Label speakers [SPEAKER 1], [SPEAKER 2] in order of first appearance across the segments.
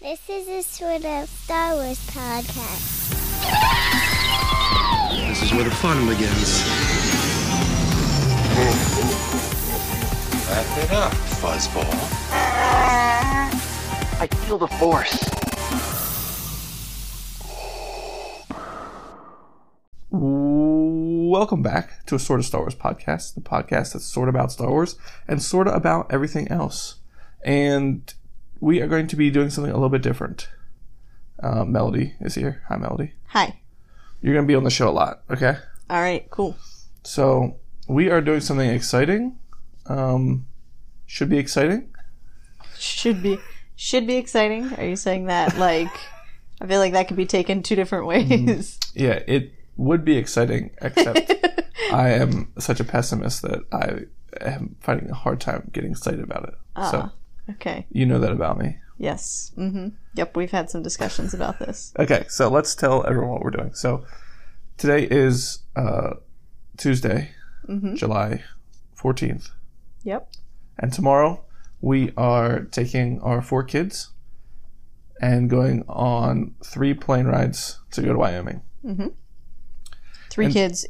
[SPEAKER 1] This is a sort of Star Wars podcast.
[SPEAKER 2] This is where the fun begins.
[SPEAKER 3] Wrap it up, fuzzball.
[SPEAKER 4] I feel the force.
[SPEAKER 5] Welcome back to a sort of Star Wars podcast, the podcast that's sort of about Star Wars and sort of about everything else. And we are going to be doing something a little bit different. Uh, Melody is here. Hi, Melody.
[SPEAKER 6] Hi.
[SPEAKER 5] You're going to be on the show a lot, okay?
[SPEAKER 6] All right, cool.
[SPEAKER 5] So we are doing something exciting. Um, should be exciting.
[SPEAKER 6] Should be should be exciting. Are you saying that like I feel like that could be taken two different
[SPEAKER 5] Mm-hmm.
[SPEAKER 6] ways.
[SPEAKER 5] Yeah, it would be exciting, except I am such a pessimist that I am finding a hard time getting excited about it. So
[SPEAKER 6] Ah, okay.
[SPEAKER 5] you know that about me.
[SPEAKER 6] Yes. Mhm. Yep, we've had some discussions about this.
[SPEAKER 5] Okay, so let's tell everyone what we're doing. So today is uh, Tuesday,
[SPEAKER 6] Mm-hmm.
[SPEAKER 5] July 14th.
[SPEAKER 6] Yep.
[SPEAKER 5] And tomorrow we are taking our four kids and going on three plane rides to go to Wyoming.
[SPEAKER 6] 3 kids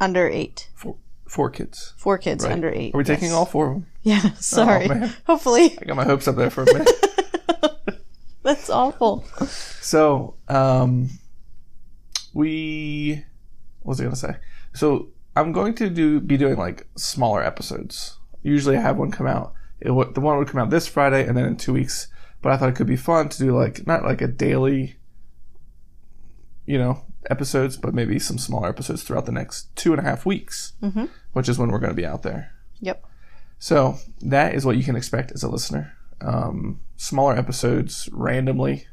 [SPEAKER 6] under 8.
[SPEAKER 5] Four, four kids.
[SPEAKER 6] 4 kids
[SPEAKER 5] right?
[SPEAKER 6] under 8.
[SPEAKER 5] Are we
[SPEAKER 6] yes.
[SPEAKER 5] taking all four of them?
[SPEAKER 6] Yeah, sorry.
[SPEAKER 5] man.
[SPEAKER 6] Hopefully.
[SPEAKER 5] I got my hopes up there for a minute.
[SPEAKER 6] That's awful.
[SPEAKER 5] So, um, we what was I gonna say? So I'm going to do be doing like smaller episodes. Usually I have one come out. It would, the one would come out this Friday, and then in two weeks. But I thought it could be fun to do like not like a daily, you know, episodes, but maybe some smaller episodes throughout the next two and a half weeks, mm-hmm. which is when we're going to be out there.
[SPEAKER 6] Yep.
[SPEAKER 5] So that is what you can expect as a listener. Um, smaller episodes randomly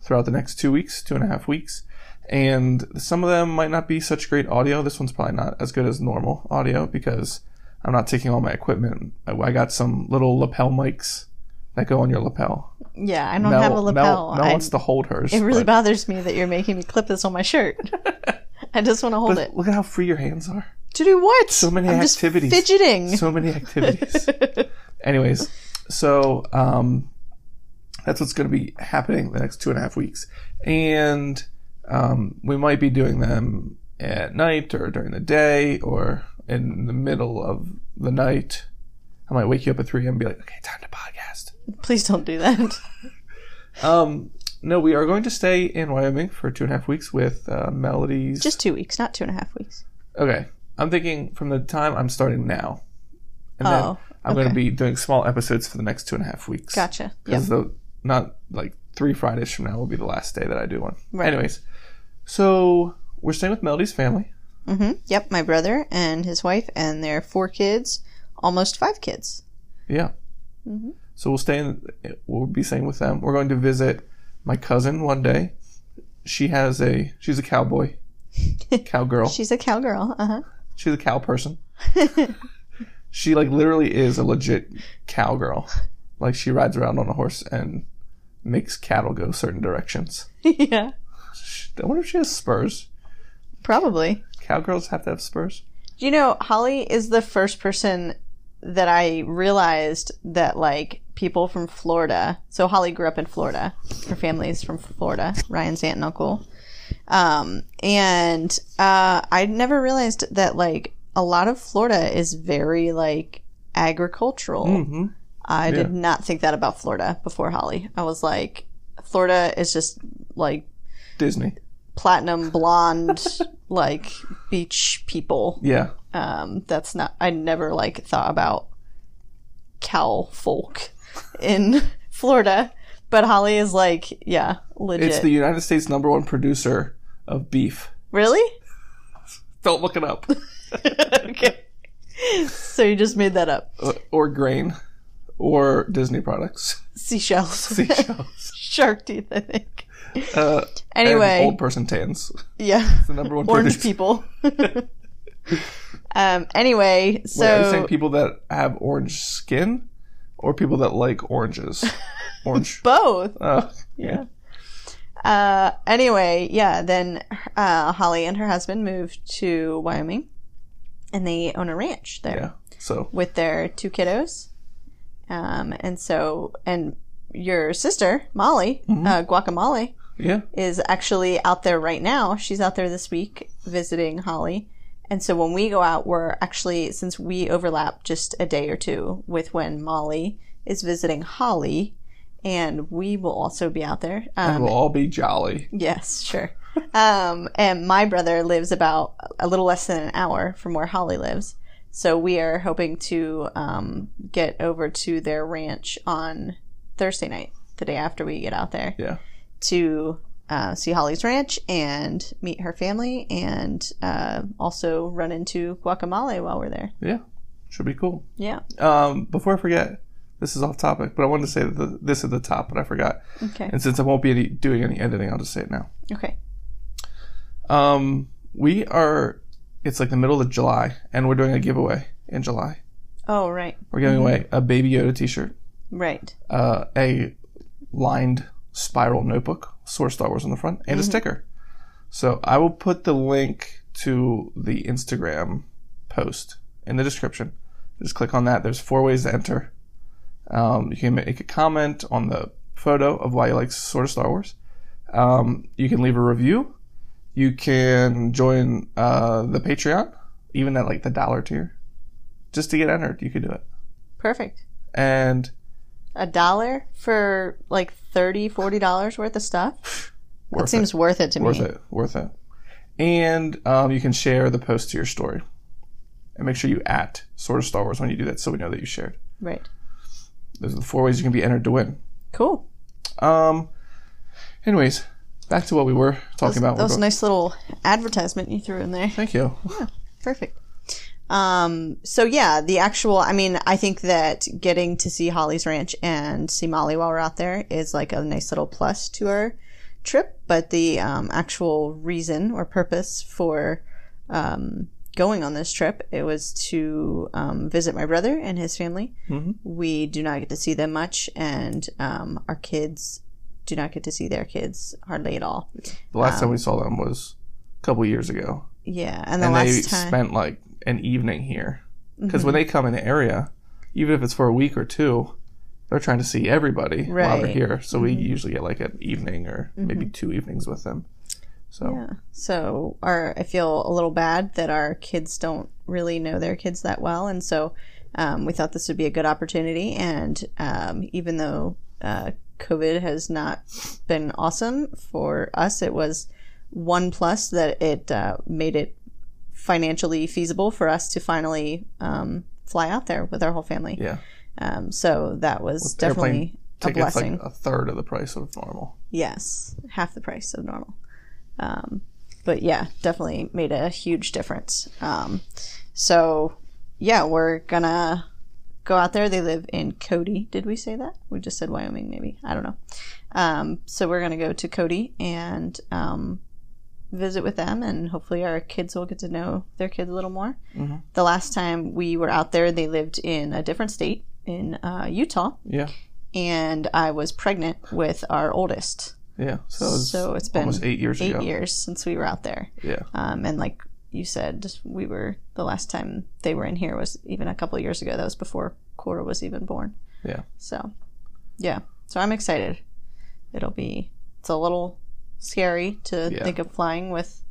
[SPEAKER 5] throughout the next two weeks, two and a half weeks. And some of them might not be such great audio. This one's probably not as good as normal audio because I'm not taking all my equipment. I- I got some little lapel mics that go on your lapel.
[SPEAKER 6] Yeah, I don't
[SPEAKER 5] Mel,
[SPEAKER 6] have a lapel.
[SPEAKER 5] Mel, Mel
[SPEAKER 6] I-
[SPEAKER 5] wants to hold hers.
[SPEAKER 6] it really
[SPEAKER 5] but-
[SPEAKER 6] bothers me that you're making me clip this on my shirt. I just want to hold it.
[SPEAKER 5] Look at how free your hands are.
[SPEAKER 6] To do what? So
[SPEAKER 5] many
[SPEAKER 6] I'm just
[SPEAKER 5] activities.
[SPEAKER 6] fidgeting.
[SPEAKER 5] so many activities. Anyways, so um, that's what's going to be happening the next two and a half weeks, and um, we might be doing them at night or during the day or in the middle of the night. I might wake you up at three a.m. and be like, "Okay, time to podcast."
[SPEAKER 6] Please don't do that.
[SPEAKER 5] Um, no, we are going to stay in Wyoming for two and a half weeks with uh, Melody's.
[SPEAKER 6] Just two weeks, not two and a half weeks.
[SPEAKER 5] Okay. I'm thinking from the time I'm starting now. And
[SPEAKER 6] Oh,
[SPEAKER 5] then I'm going to
[SPEAKER 6] okay.
[SPEAKER 5] be doing small episodes for the next two and a half weeks.
[SPEAKER 6] Gotcha. Yep.
[SPEAKER 5] Because the not like three Fridays from now will be the last day that I do one.
[SPEAKER 6] Right.
[SPEAKER 5] Anyways, so we're staying with Melody's family.
[SPEAKER 6] Mm-hmm. Yep, my brother and his wife and their four kids, almost five kids.
[SPEAKER 5] Yeah.
[SPEAKER 6] Mm-hmm.
[SPEAKER 5] So we'll stay in. We'll be staying with them. We're going to visit my cousin one day. She has a. She's a cowboy. Cowgirl.
[SPEAKER 6] She's a cowgirl. Uh huh.
[SPEAKER 5] She's a cow person. she like literally is a legit cowgirl. Like she rides around on a horse and makes cattle go certain directions.
[SPEAKER 6] yeah,
[SPEAKER 5] I wonder if she has spurs.
[SPEAKER 6] probably.
[SPEAKER 5] Cowgirls have to have spurs.
[SPEAKER 6] You know, Holly is the first person that I realized that like people from Florida. So Holly grew up in Florida. Her family is from Florida. Ryan's aunt and uncle. Um, and uh, I never realized that like a lot of Florida is very like agricultural.
[SPEAKER 5] Mm-hmm.
[SPEAKER 6] I did
[SPEAKER 5] Yeah.
[SPEAKER 6] not think that about Florida before Holly. I was like, Florida is just like
[SPEAKER 5] Disney.
[SPEAKER 6] platinum blonde, like beach people.
[SPEAKER 5] Yeah.
[SPEAKER 6] Um, that's not. I never like thought about cow folk in Florida, but Holly is like, yeah, legit.
[SPEAKER 5] It's the United States number one producer of beef.
[SPEAKER 6] really
[SPEAKER 5] Don't look it up.
[SPEAKER 6] okay. So you just made that up.
[SPEAKER 5] Uh, or grain. Or Disney products.
[SPEAKER 6] Seashells,
[SPEAKER 5] Seashells.
[SPEAKER 6] shark teeth, I think.
[SPEAKER 5] Uh, and
[SPEAKER 6] Anyway,
[SPEAKER 5] old person tans.
[SPEAKER 6] yeah.
[SPEAKER 5] The number one
[SPEAKER 6] orange
[SPEAKER 5] producer.
[SPEAKER 6] people. um. Anyway, so
[SPEAKER 5] Wait, are you saying people that have orange skin or people that like oranges? Orange.
[SPEAKER 6] both.
[SPEAKER 5] oh, yeah.
[SPEAKER 6] Uh. Anyway, yeah. Then uh, Holly and her husband moved to Wyoming, and they own a ranch there
[SPEAKER 5] Yeah. So,
[SPEAKER 6] with their two kiddos. Um. And so and your sister Molly,
[SPEAKER 5] Mm-hmm.
[SPEAKER 6] uh, Guacamole,
[SPEAKER 5] Yeah.
[SPEAKER 6] is actually out there right now. She's out there this week visiting Holly. And so when we go out, we're actually, since we overlap just a day or two with when Molly is visiting Holly, and we will also be out there.
[SPEAKER 5] And
[SPEAKER 6] Um,
[SPEAKER 5] we'll all be jolly.
[SPEAKER 6] Yes, sure. um, and my brother lives about a little less than an hour from where Holly lives. So we are hoping to um, get over to their ranch on Thursday night, the day after we get out there
[SPEAKER 5] Yeah.
[SPEAKER 6] to uh, see Holly's ranch and meet her family, and uh, also run into guacamole while we're there.
[SPEAKER 5] Yeah. Should be cool.
[SPEAKER 6] Yeah.
[SPEAKER 5] Um, before I forget, this is off topic, but I wanted to say the, this at the top, but I forgot.
[SPEAKER 6] Okay.
[SPEAKER 5] And since I won't be any, doing any editing, I'll just say it now.
[SPEAKER 6] Okay.
[SPEAKER 5] Um, we are. It's like the middle of July, and we're doing a giveaway in July.
[SPEAKER 6] Oh, right.
[SPEAKER 5] We're giving away a Baby Yoda T-shirt,
[SPEAKER 6] Right.
[SPEAKER 5] uh, a lined spiral notebook, source Star Wars on the front, and a sticker. So I will put the link to the Instagram post in the description. Just click on that. There's four ways to enter. Um, you can make a comment on the photo of why you like sort of Star Wars. Um, you can leave a review. You can join uh, the Patreon, even at like the dollar tier, just to get entered. You could do it.
[SPEAKER 6] Perfect.
[SPEAKER 5] And
[SPEAKER 6] A dollar for like 30 $40 worth of stuff?
[SPEAKER 5] worth
[SPEAKER 6] That seems worth it to
[SPEAKER 5] worth
[SPEAKER 6] me.
[SPEAKER 5] it, worth it. And um, you can share the post to your story, and make sure you at sort of Star Wars when you do that, so we know that you shared.
[SPEAKER 6] Right.
[SPEAKER 5] Those are the four ways you can be entered to win.
[SPEAKER 6] Cool.
[SPEAKER 5] Um, anyways, back to what we were talking about.
[SPEAKER 6] That was
[SPEAKER 5] We're
[SPEAKER 6] a
[SPEAKER 5] go-
[SPEAKER 6] nice little advertisement you threw in there.
[SPEAKER 5] Thank you.
[SPEAKER 6] Perfect. Um, so yeah, the actual, I mean, I think that getting to see Holly's Ranch and see Molly while we're out there is like a nice little plus to our trip, but the, um, actual reason or purpose for, um, going on this trip, it was to, um, visit my brother and his family. We do not get to see them much and, um, our kids do not get to see their kids hardly at all.
[SPEAKER 5] The last time we saw them was a couple years ago,
[SPEAKER 6] Yeah. And the
[SPEAKER 5] and they
[SPEAKER 6] last time. Mm-hmm.
[SPEAKER 5] spent like an evening here because when they come in the area, even if it's for a week or two. They're trying to see everybody while they're
[SPEAKER 6] Right. Mm-hmm.
[SPEAKER 5] here, so we usually get like an evening or maybe two evenings with them. So
[SPEAKER 6] Yeah. So our I feel a little bad that our kids don't really know their kids that well, and so um, we thought this would be a good opportunity. And um, even though uh, COVID has not been awesome for us, it was one plus that it uh, made it financially feasible for us to finally um, fly out there with our whole family.
[SPEAKER 5] yeah.
[SPEAKER 6] Um, so that was
[SPEAKER 5] airplane
[SPEAKER 6] definitely a
[SPEAKER 5] tickets
[SPEAKER 6] blessing.
[SPEAKER 5] like a third of the price of normal.
[SPEAKER 6] Yes, half the price of normal. Um, but yeah, definitely made a huge difference. Um, so yeah, we're gonna go out there. They live in Cody. Did we say that? We just said Wyoming, maybe. I don't know. Um, so we're gonna go to Cody and um, visit with them, and hopefully our kids will get to know their kids a little more. The last time we were out there, they lived in a different state in uh, Utah,
[SPEAKER 5] Yeah,
[SPEAKER 6] and I was pregnant with our oldest
[SPEAKER 5] yeah. So, it's
[SPEAKER 6] so it's been
[SPEAKER 5] almost eight years
[SPEAKER 6] eight
[SPEAKER 5] ago.
[SPEAKER 6] years since we were out there
[SPEAKER 5] Yeah,
[SPEAKER 6] um, and like you said we were the last time they were in here was even a couple years ago that was before cora was even born
[SPEAKER 5] yeah.
[SPEAKER 6] so yeah so i'm excited it'll be it's a little scary to
[SPEAKER 5] Yeah.
[SPEAKER 6] think of flying with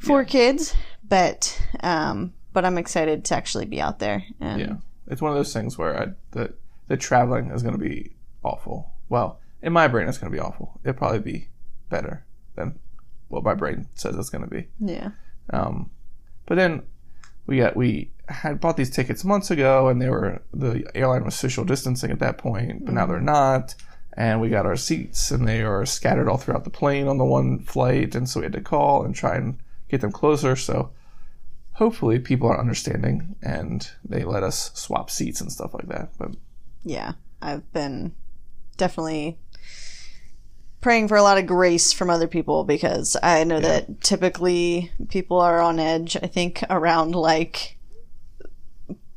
[SPEAKER 6] four kids but um but i'm excited to actually be out there and
[SPEAKER 5] Yeah. It's one of those things where I, the the traveling is going to be awful. Well, in my brain, it's going to be awful. It'll probably be better than what my brain says it's going to be.
[SPEAKER 6] yeah
[SPEAKER 5] Um, but then we got we had bought these tickets months ago, and they were the airline was social distancing at that point, but now they're not. And we got our seats, and they are scattered all throughout the plane on the one flight, and so we had to call and try and get them closer. So hopefully, people are understanding, and they let us swap seats and stuff like that. But
[SPEAKER 6] yeah, I've been definitely praying for a lot of grace from other people because I know that typically people are on edge, I think, around like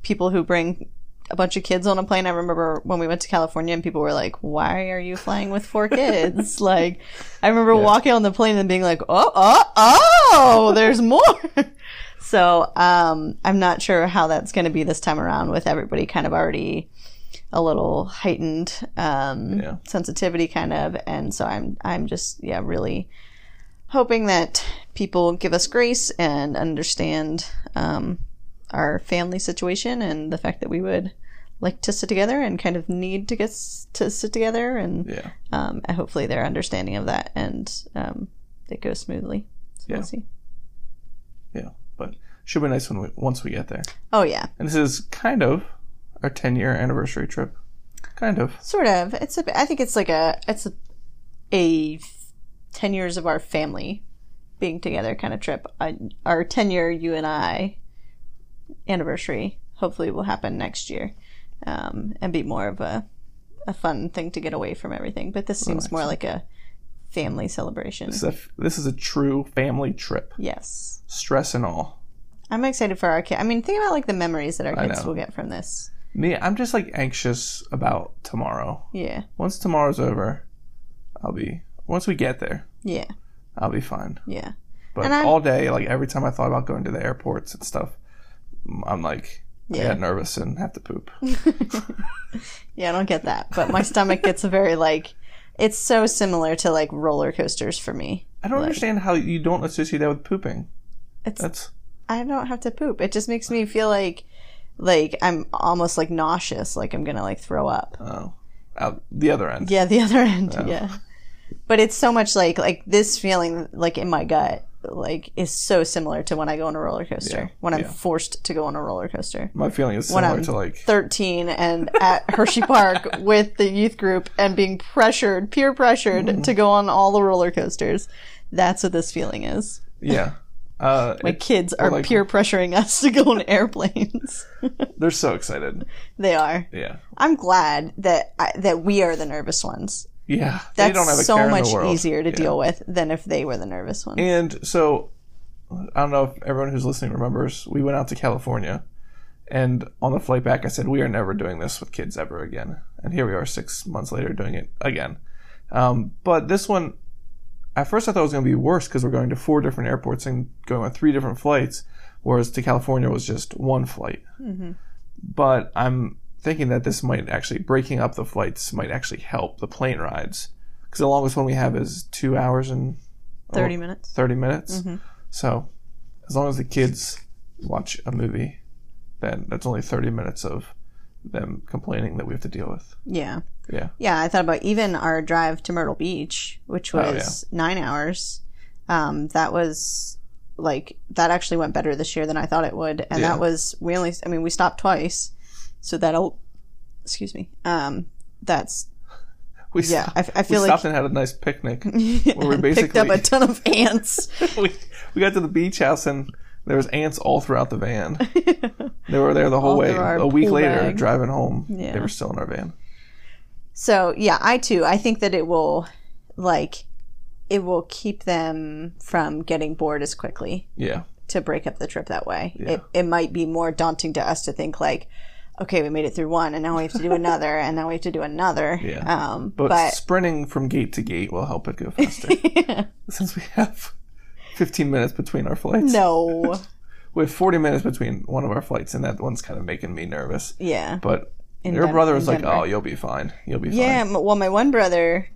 [SPEAKER 6] people who bring a bunch of kids on a plane. I remember when we went to California and people were like, Why are you flying with four kids? like, I remember walking on the plane and being like, Oh, oh, oh, there's more. so um, I'm not sure how that's going to be this time around with everybody kind of already a little heightened um,
[SPEAKER 5] Yeah.
[SPEAKER 6] sensitivity, kind of. And so I'm I'm just yeah really hoping that people give us grace and understand um, our family situation and the fact that we would like to sit together and kind of need to get s- to sit together and
[SPEAKER 5] Yeah.
[SPEAKER 6] um, and hopefully their understanding of that and um, it goes smoothly. So
[SPEAKER 5] Yeah.
[SPEAKER 6] we'll see.
[SPEAKER 5] Yeah. But should be nice when we, once we get there.
[SPEAKER 6] Oh yeah,
[SPEAKER 5] And this is kind of our 10 year anniversary trip. Kind of.
[SPEAKER 6] sort of. It's a. I think it's like a. It's a, a f- ten years of our family being together kind of trip. I, our ten year you and I anniversary hopefully will happen next year, um, and be more of a a fun thing to get away from everything. But this seems more like a family celebration.
[SPEAKER 5] This is Oh, a, this is a true family trip.
[SPEAKER 6] yes.
[SPEAKER 5] Stress and all.
[SPEAKER 6] I'm excited for our kid. I mean, think about like the memories that our
[SPEAKER 5] I
[SPEAKER 6] kids
[SPEAKER 5] know.
[SPEAKER 6] will get from this.
[SPEAKER 5] Me, I'm just like anxious about tomorrow.
[SPEAKER 6] Yeah,
[SPEAKER 5] Once tomorrow's over, I'll be, once we get there,
[SPEAKER 6] yeah,
[SPEAKER 5] I'll be fine.
[SPEAKER 6] yeah.
[SPEAKER 5] But
[SPEAKER 6] And I'm-
[SPEAKER 5] all day, like every time I thought about going to the airports and stuff, I'm like, I
[SPEAKER 6] Yeah. Mm,
[SPEAKER 5] got nervous and have to poop.
[SPEAKER 6] Yeah, I don't get that, but my stomach gets very like it's so similar to like roller coasters for me.
[SPEAKER 5] I don't understand how you don't associate that with pooping.
[SPEAKER 6] It's-
[SPEAKER 5] That's
[SPEAKER 6] I don't have to poop. It just makes me feel like like I'm almost like nauseous, like I'm going to like throw up.
[SPEAKER 5] oh, out the other end.
[SPEAKER 6] Yeah, the other end. Yeah. But it's so much like like this feeling like in my gut like is so similar to when I go on a roller coaster.
[SPEAKER 5] Yeah,
[SPEAKER 6] When I'm
[SPEAKER 5] yeah.
[SPEAKER 6] forced to go on a roller coaster.
[SPEAKER 5] My feeling is
[SPEAKER 6] when
[SPEAKER 5] similar
[SPEAKER 6] I'm
[SPEAKER 5] to like
[SPEAKER 6] 13 and at Hershey Park with the youth group and being pressured, peer pressured to go on all the roller coasters. That's what this feeling is.
[SPEAKER 5] yeah. Uh,
[SPEAKER 6] My kids are
[SPEAKER 5] like-
[SPEAKER 6] peer pressuring us to go on airplanes.
[SPEAKER 5] they're so excited.
[SPEAKER 6] they are.
[SPEAKER 5] Yeah,
[SPEAKER 6] I'm glad that I, that we are the nervous ones.
[SPEAKER 5] yeah.
[SPEAKER 6] That's
[SPEAKER 5] they don't have a
[SPEAKER 6] so
[SPEAKER 5] care in
[SPEAKER 6] much
[SPEAKER 5] the world.
[SPEAKER 6] easier to
[SPEAKER 5] Yeah.
[SPEAKER 6] deal with than if they were the nervous ones.
[SPEAKER 5] And so, I don't know if everyone who's listening remembers, we went out to California, and on the flight back, I said, We are never doing this with kids ever again. And here we are six months later doing it again. Um, but this one, at first, I thought it was going to be worse because we're going to four different airports and going on three different flights, whereas to California was just one flight. But I'm thinking that this might actually, breaking up the flights might actually help the plane rides. Because the longest one we have is two hours and
[SPEAKER 6] 30 minutes.
[SPEAKER 5] 30 minutes.
[SPEAKER 6] Mm-hmm.
[SPEAKER 5] So, as long as the kids watch a movie, then that's only 30 minutes of them complaining that we have to deal with.
[SPEAKER 6] Yeah.
[SPEAKER 5] Yeah.
[SPEAKER 6] Yeah, I thought about even our drive to Myrtle Beach, which
[SPEAKER 5] Oh,
[SPEAKER 6] was nine hours. Um, that was like that actually went better this year than I thought it would, and
[SPEAKER 5] Yeah.
[SPEAKER 6] that was we only. I mean, we stopped twice, so that'll. Excuse me. Um, that's
[SPEAKER 5] We,
[SPEAKER 6] yeah.
[SPEAKER 5] stopped,
[SPEAKER 6] I, I feel
[SPEAKER 5] we
[SPEAKER 6] like
[SPEAKER 5] stopped and had a nice picnic where we
[SPEAKER 6] picked up
[SPEAKER 5] basically
[SPEAKER 6] a ton of ants.
[SPEAKER 5] we, we got to the beach house and there was ants all throughout the van. they were there the whole
[SPEAKER 6] All
[SPEAKER 5] way.
[SPEAKER 6] through our
[SPEAKER 5] A week
[SPEAKER 6] pool
[SPEAKER 5] later,
[SPEAKER 6] bag.
[SPEAKER 5] driving home,
[SPEAKER 6] Yeah.
[SPEAKER 5] they were still in our van.
[SPEAKER 6] So yeah, I too. I think that it will, like, it will keep them from getting bored as quickly.
[SPEAKER 5] Yeah.
[SPEAKER 6] to break up the trip that way. It, it might be more daunting to us to think like, okay, we made it through one, and now we have to do another, and now we have to do another.
[SPEAKER 5] Yeah.
[SPEAKER 6] Um,
[SPEAKER 5] But,
[SPEAKER 6] but,
[SPEAKER 5] sprinting from gate to gate will help it go faster. Since we have 15 minutes between our flights.
[SPEAKER 6] no,
[SPEAKER 5] we have 40 minutes between one of our flights and that one's kind of making me nervous
[SPEAKER 6] yeah,
[SPEAKER 5] but
[SPEAKER 6] In
[SPEAKER 5] your
[SPEAKER 6] Den-
[SPEAKER 5] brother
[SPEAKER 6] in
[SPEAKER 5] was like
[SPEAKER 6] Denver.
[SPEAKER 5] oh you'll be fine you'll be
[SPEAKER 6] yeah.
[SPEAKER 5] fine
[SPEAKER 6] m- Well, my one brother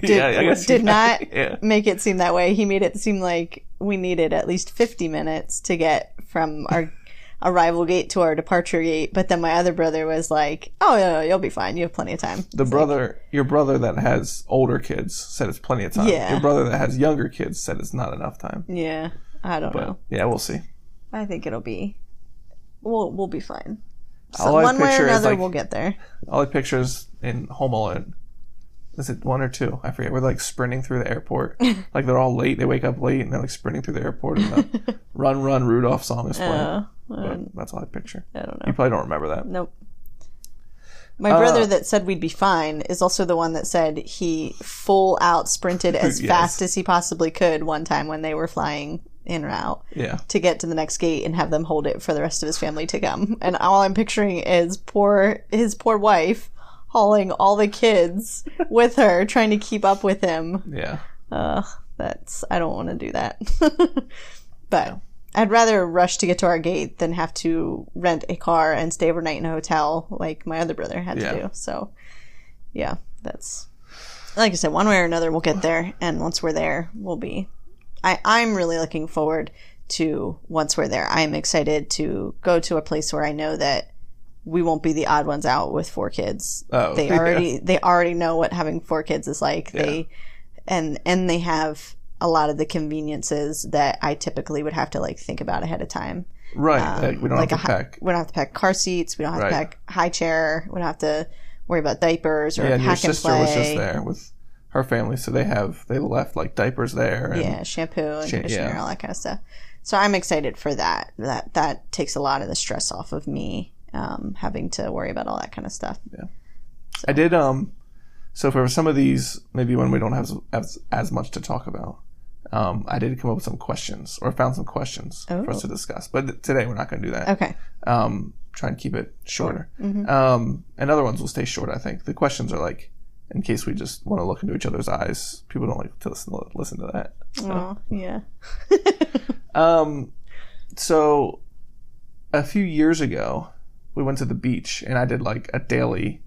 [SPEAKER 6] did,
[SPEAKER 5] I guess you
[SPEAKER 6] did
[SPEAKER 5] got-
[SPEAKER 6] not
[SPEAKER 5] yeah.
[SPEAKER 6] make it seem that way. He made it seem like we needed at least fifty minutes to get from our. Arrival gate to our departure gate, but then my other brother was like, "Oh, no, no, you'll be fine. You have plenty of time."
[SPEAKER 5] the brother your brother that has older kids said it's plenty of time
[SPEAKER 6] Yeah.
[SPEAKER 5] your brother that has younger kids said it's not enough time
[SPEAKER 6] Yeah, I don't know.
[SPEAKER 5] yeah we'll see
[SPEAKER 6] I think it'll be. We'll we'll be fine.
[SPEAKER 5] All I
[SPEAKER 6] one way
[SPEAKER 5] picture
[SPEAKER 6] or
[SPEAKER 5] is,
[SPEAKER 6] another,
[SPEAKER 5] like-
[SPEAKER 6] we'll get there.
[SPEAKER 5] all the pictures in home alone is it one or two? I forget. We're like sprinting through the airport. like they're all late. They wake up late and they're like sprinting through the airport and the "Run, Run" Rudolph song is playing.
[SPEAKER 6] Uh, um,
[SPEAKER 5] but that's all I picture.
[SPEAKER 6] I don't
[SPEAKER 5] You
[SPEAKER 6] know.
[SPEAKER 5] probably don't remember that.
[SPEAKER 6] Nope.
[SPEAKER 5] Uh,
[SPEAKER 6] My brother that said we'd be fine is also the one that said he full out sprinted as
[SPEAKER 5] Yes.
[SPEAKER 6] fast as he possibly could one time when they were flying in or out
[SPEAKER 5] Yeah.
[SPEAKER 6] to get to the next gate and have them hold it for the rest of his family to come. And all I'm picturing is poor his poor wife hauling all the kids with her, trying to keep up with him.
[SPEAKER 5] Yeah.
[SPEAKER 6] Ugh, that's I don't want to do that. but I'd rather rush to get to our gate than have to rent a car and stay overnight in a hotel like my other brother had
[SPEAKER 5] Yeah.
[SPEAKER 6] to do. So, yeah, that's like I said, one way or another, we'll get there. And once we're there, we'll be. I, I'm really looking forward to once we're there. I'm excited to go to a place where I know that we won't be the odd ones out with four kids.
[SPEAKER 5] Oh,
[SPEAKER 6] they
[SPEAKER 5] yeah.
[SPEAKER 6] already they already know what having four kids is like. They and and they have a lot of the conveniences that I typically would have to like think about ahead of time.
[SPEAKER 5] Right.
[SPEAKER 6] Um,
[SPEAKER 5] like, we don't
[SPEAKER 6] like
[SPEAKER 5] have to
[SPEAKER 6] a hi-
[SPEAKER 5] pack.
[SPEAKER 6] We don't have to pack car seats. We don't have
[SPEAKER 5] Right.
[SPEAKER 6] to pack high chair. We don't have to worry about diapers or
[SPEAKER 5] Yeah, and your
[SPEAKER 6] hack and
[SPEAKER 5] sister
[SPEAKER 6] play.
[SPEAKER 5] was just there with her family, so they have they left like diapers there. And,
[SPEAKER 6] yeah, shampoo and
[SPEAKER 5] Sha-
[SPEAKER 6] conditioner,
[SPEAKER 5] yeah.
[SPEAKER 6] all that kind of stuff. So I'm excited for that. That that takes a lot of the stress off of me um, having to worry about all that kind of stuff.
[SPEAKER 5] I did. Um, so for some of these, maybe when we don't have as, as much to talk about, um, I did come up with some questions or found some questions for us to discuss. But th- today we're not going to do that.
[SPEAKER 6] Oh. Okay, Oh, mm-hmm.
[SPEAKER 5] Um, try and keep it shorter. Um, and other ones will stay short. I think the questions are like, in case we just want to look into each other's eyes. People don't like to listen to, listen to that.
[SPEAKER 6] Aw, yeah,
[SPEAKER 5] Um, so a few years ago, we went to the beach and I did like a daily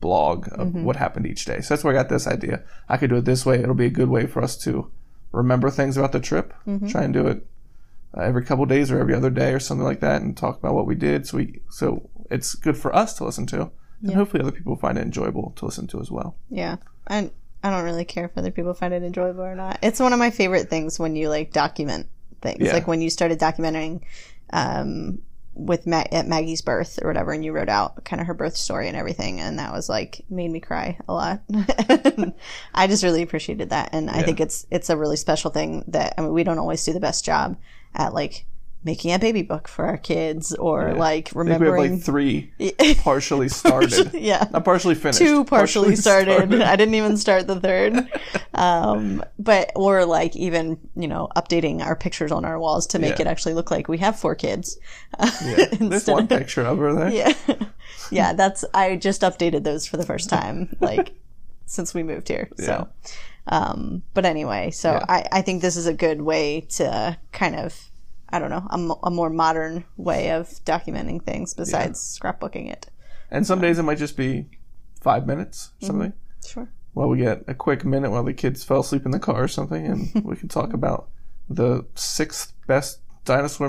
[SPEAKER 5] blog of
[SPEAKER 6] Mm-hmm.
[SPEAKER 5] what happened each day. So that's where I got this idea. I could do it this way. It'll be a good way for us to remember things about the trip.
[SPEAKER 6] Mm-hmm.
[SPEAKER 5] Try and do it uh, every couple days or every other day or something like that, and talk about what we did. So we so it's good for us to listen to, and hopefully other people find it enjoyable to listen to as well.
[SPEAKER 6] yeah. I I don't really care if other people find it enjoyable or not. It's one of my favorite things when you like document things,
[SPEAKER 5] Yeah.
[SPEAKER 6] like when you started documenting. Um, with Ma- at Maggie's birth or whatever, and you wrote out kind of her birth story and everything, and that was like made me cry a lot. I just really appreciated that, and I think it's it's a really special thing that I mean we don't always do the best job at like making a baby book for our kids or like
[SPEAKER 5] I think we have
[SPEAKER 6] remembering.
[SPEAKER 5] like three partially started.
[SPEAKER 6] yeah,
[SPEAKER 5] Not partially finished.
[SPEAKER 6] two partially, started. I didn't even start the third. um, but or like even you know updating our pictures on our walls to make
[SPEAKER 5] Yeah.
[SPEAKER 6] it actually look like we have four kids.
[SPEAKER 5] There's one picture of her there.
[SPEAKER 6] yeah, yeah. That's I just updated those for the first time like since we moved here. So, um, but anyway, so I I think this is a good way to kind of. I don't know, a, mo- a more modern way of documenting things besides scrapbooking it.
[SPEAKER 5] And some days it might just be five minutes,
[SPEAKER 6] Mm-hmm.
[SPEAKER 5] something.
[SPEAKER 6] Sure.
[SPEAKER 5] Well, we get a quick minute while the kids fell asleep in the car or something, and we
[SPEAKER 6] Mm-hmm.
[SPEAKER 5] can talk about the sixth best dinosaur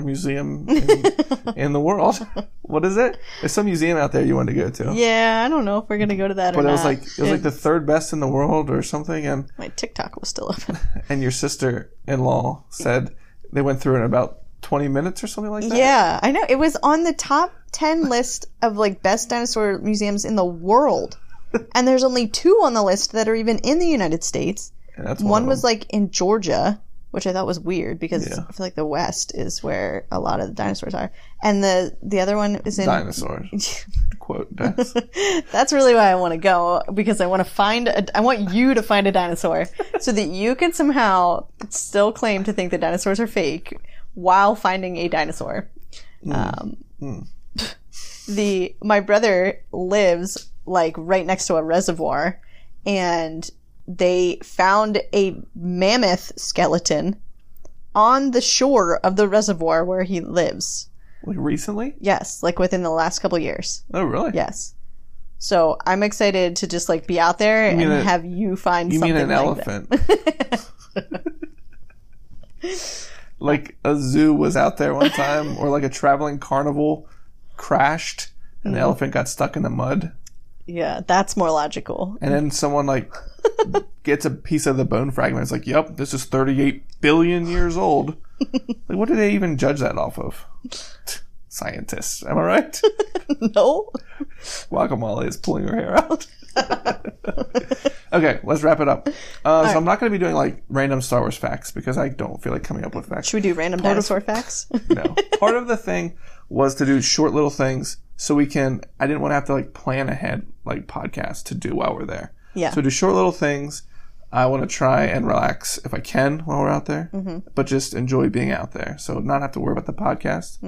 [SPEAKER 5] museum in, in the world. What is it? There's some museum out there you wanted to go to.
[SPEAKER 6] Yeah, I don't know if we're gonna go to that
[SPEAKER 5] But
[SPEAKER 6] or
[SPEAKER 5] it was
[SPEAKER 6] not.
[SPEAKER 5] like it was like the third best in the world or something, and
[SPEAKER 6] my TikTok was still open.
[SPEAKER 5] and your sister in law said they went through in about twenty minutes or something like that.
[SPEAKER 6] yeah, I know. It was on the top 10 list of like best dinosaur museums in the world. And there's only two on the list that are even in the United States.
[SPEAKER 5] and that's
[SPEAKER 6] One
[SPEAKER 5] of
[SPEAKER 6] was
[SPEAKER 5] them.
[SPEAKER 6] like in Georgia, which I thought was weird because
[SPEAKER 5] Uh-huh. Yeah.
[SPEAKER 6] I feel like the West is where a lot of the dinosaurs are. And the the other one is in
[SPEAKER 5] dinosaurs. Quote. Dinos-
[SPEAKER 6] That's really why I want to go because I want to find a, I want you to find a dinosaur so that you can somehow still claim to think that dinosaurs are fake while finding a dinosaur. Um, the my brother lives like right next to a reservoir and they found a mammoth skeleton on the shore of the reservoir where he lives.
[SPEAKER 5] like recently?
[SPEAKER 6] Yes, like within the last couple years.
[SPEAKER 5] Oh, really?
[SPEAKER 6] Yes. So I'm excited to just like be out there and
[SPEAKER 5] mean a-
[SPEAKER 6] have you find
[SPEAKER 5] You
[SPEAKER 6] something
[SPEAKER 5] mean an
[SPEAKER 6] like
[SPEAKER 5] elephant? like a zoo was out there one time, or like a traveling carnival crashed, and the elephant got stuck in the mud,
[SPEAKER 6] That. Yeah, that's more logical.
[SPEAKER 5] and then someone like gets a piece of the bone fragment. It's like, yep, this is 38 billion years old. like, what do they even judge that off of? Scientists, am I right?
[SPEAKER 6] No.
[SPEAKER 5] Guacamole is pulling her hair out. okay, let's wrap it up. Uh, so I'm not going to be doing like random Star Wars facts because I don't feel like coming up with facts.
[SPEAKER 6] Should we do random dinosaur facts?
[SPEAKER 5] No. Part of the thing was to do short little things so we can. I didn't want to have to like plan ahead like podcasts to do while we're there.
[SPEAKER 6] Yeah.
[SPEAKER 5] So do short little things. I want to try and relax if I can while we're out there, but just enjoy being out there. So not have to worry about the podcast.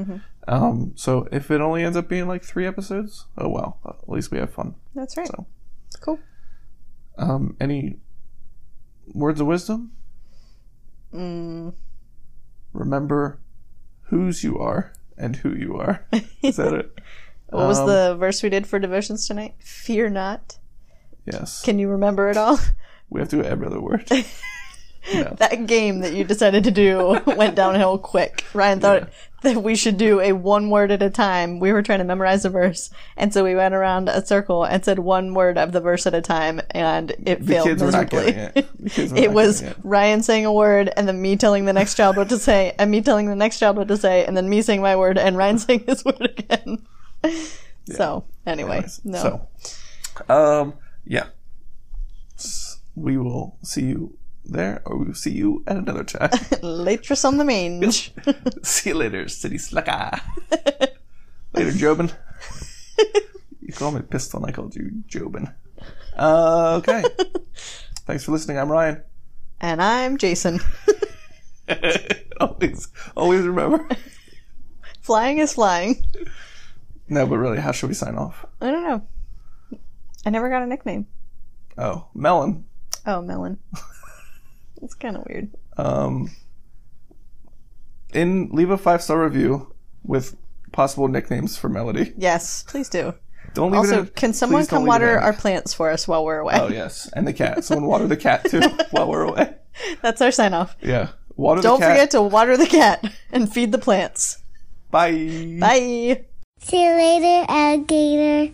[SPEAKER 5] Um, so if it only ends up being like three episodes, oh well. At least we have fun.
[SPEAKER 6] that's right.
[SPEAKER 5] So.
[SPEAKER 6] Cool.
[SPEAKER 5] Um, any
[SPEAKER 6] Mm.
[SPEAKER 5] words of wisdom? Remember whose you are and who you are. Is that it?
[SPEAKER 6] What
[SPEAKER 5] Um,
[SPEAKER 6] was the verse we did for devotions tonight? Fear not.
[SPEAKER 5] Yes.
[SPEAKER 6] Can you remember it all?
[SPEAKER 5] we have to do every other word.
[SPEAKER 6] that game that you decided to do went downhill quick. Ryan thought that we should do a one word at a time. We were trying to memorize a verse, and so we went around a circle and said one word of the verse at a time, and it
[SPEAKER 5] The
[SPEAKER 6] failed
[SPEAKER 5] kids were not
[SPEAKER 6] miserably.
[SPEAKER 5] getting it. The kids were
[SPEAKER 6] It
[SPEAKER 5] not
[SPEAKER 6] was
[SPEAKER 5] getting it.
[SPEAKER 6] Ryan saying a word, and then me telling the next child what to say, and me telling the next child what to say, and then me saying my word, and Ryan saying his word again. So, anyway,
[SPEAKER 5] Anyways,
[SPEAKER 6] no.
[SPEAKER 5] So, um, yeah. S- We will see you there, or we will see you at another time.
[SPEAKER 6] Latris on the mange.
[SPEAKER 5] see you later, City Slacker. later, Jobin. you call me Pistol, and I called you Jobin. Uh, okay. Thanks for listening. I'm Ryan.
[SPEAKER 6] and I'm Jason.
[SPEAKER 5] always, always remember.
[SPEAKER 6] Flying is flying.
[SPEAKER 5] No, but really, how should we sign off?
[SPEAKER 6] I don't know. I never got a nickname.
[SPEAKER 5] Oh, Melon.
[SPEAKER 6] Oh, Melon. It's kind of weird.
[SPEAKER 5] um, in leave a five star review with possible nicknames for Melody.
[SPEAKER 6] Yes, please do.
[SPEAKER 5] Don't leave it.
[SPEAKER 6] Also,
[SPEAKER 5] in-
[SPEAKER 6] can someone
[SPEAKER 5] please don't
[SPEAKER 6] come
[SPEAKER 5] leave it
[SPEAKER 6] water
[SPEAKER 5] in.
[SPEAKER 6] our plants for us while we're away?
[SPEAKER 5] Oh yes, and the cat. Someone water the cat too while we're away.
[SPEAKER 6] That's our sign off.
[SPEAKER 5] Yeah, water
[SPEAKER 6] Don't
[SPEAKER 5] the cat.
[SPEAKER 6] forget to water the cat and feed the plants.
[SPEAKER 5] Bye.
[SPEAKER 6] Bye.
[SPEAKER 1] See you later, alligator.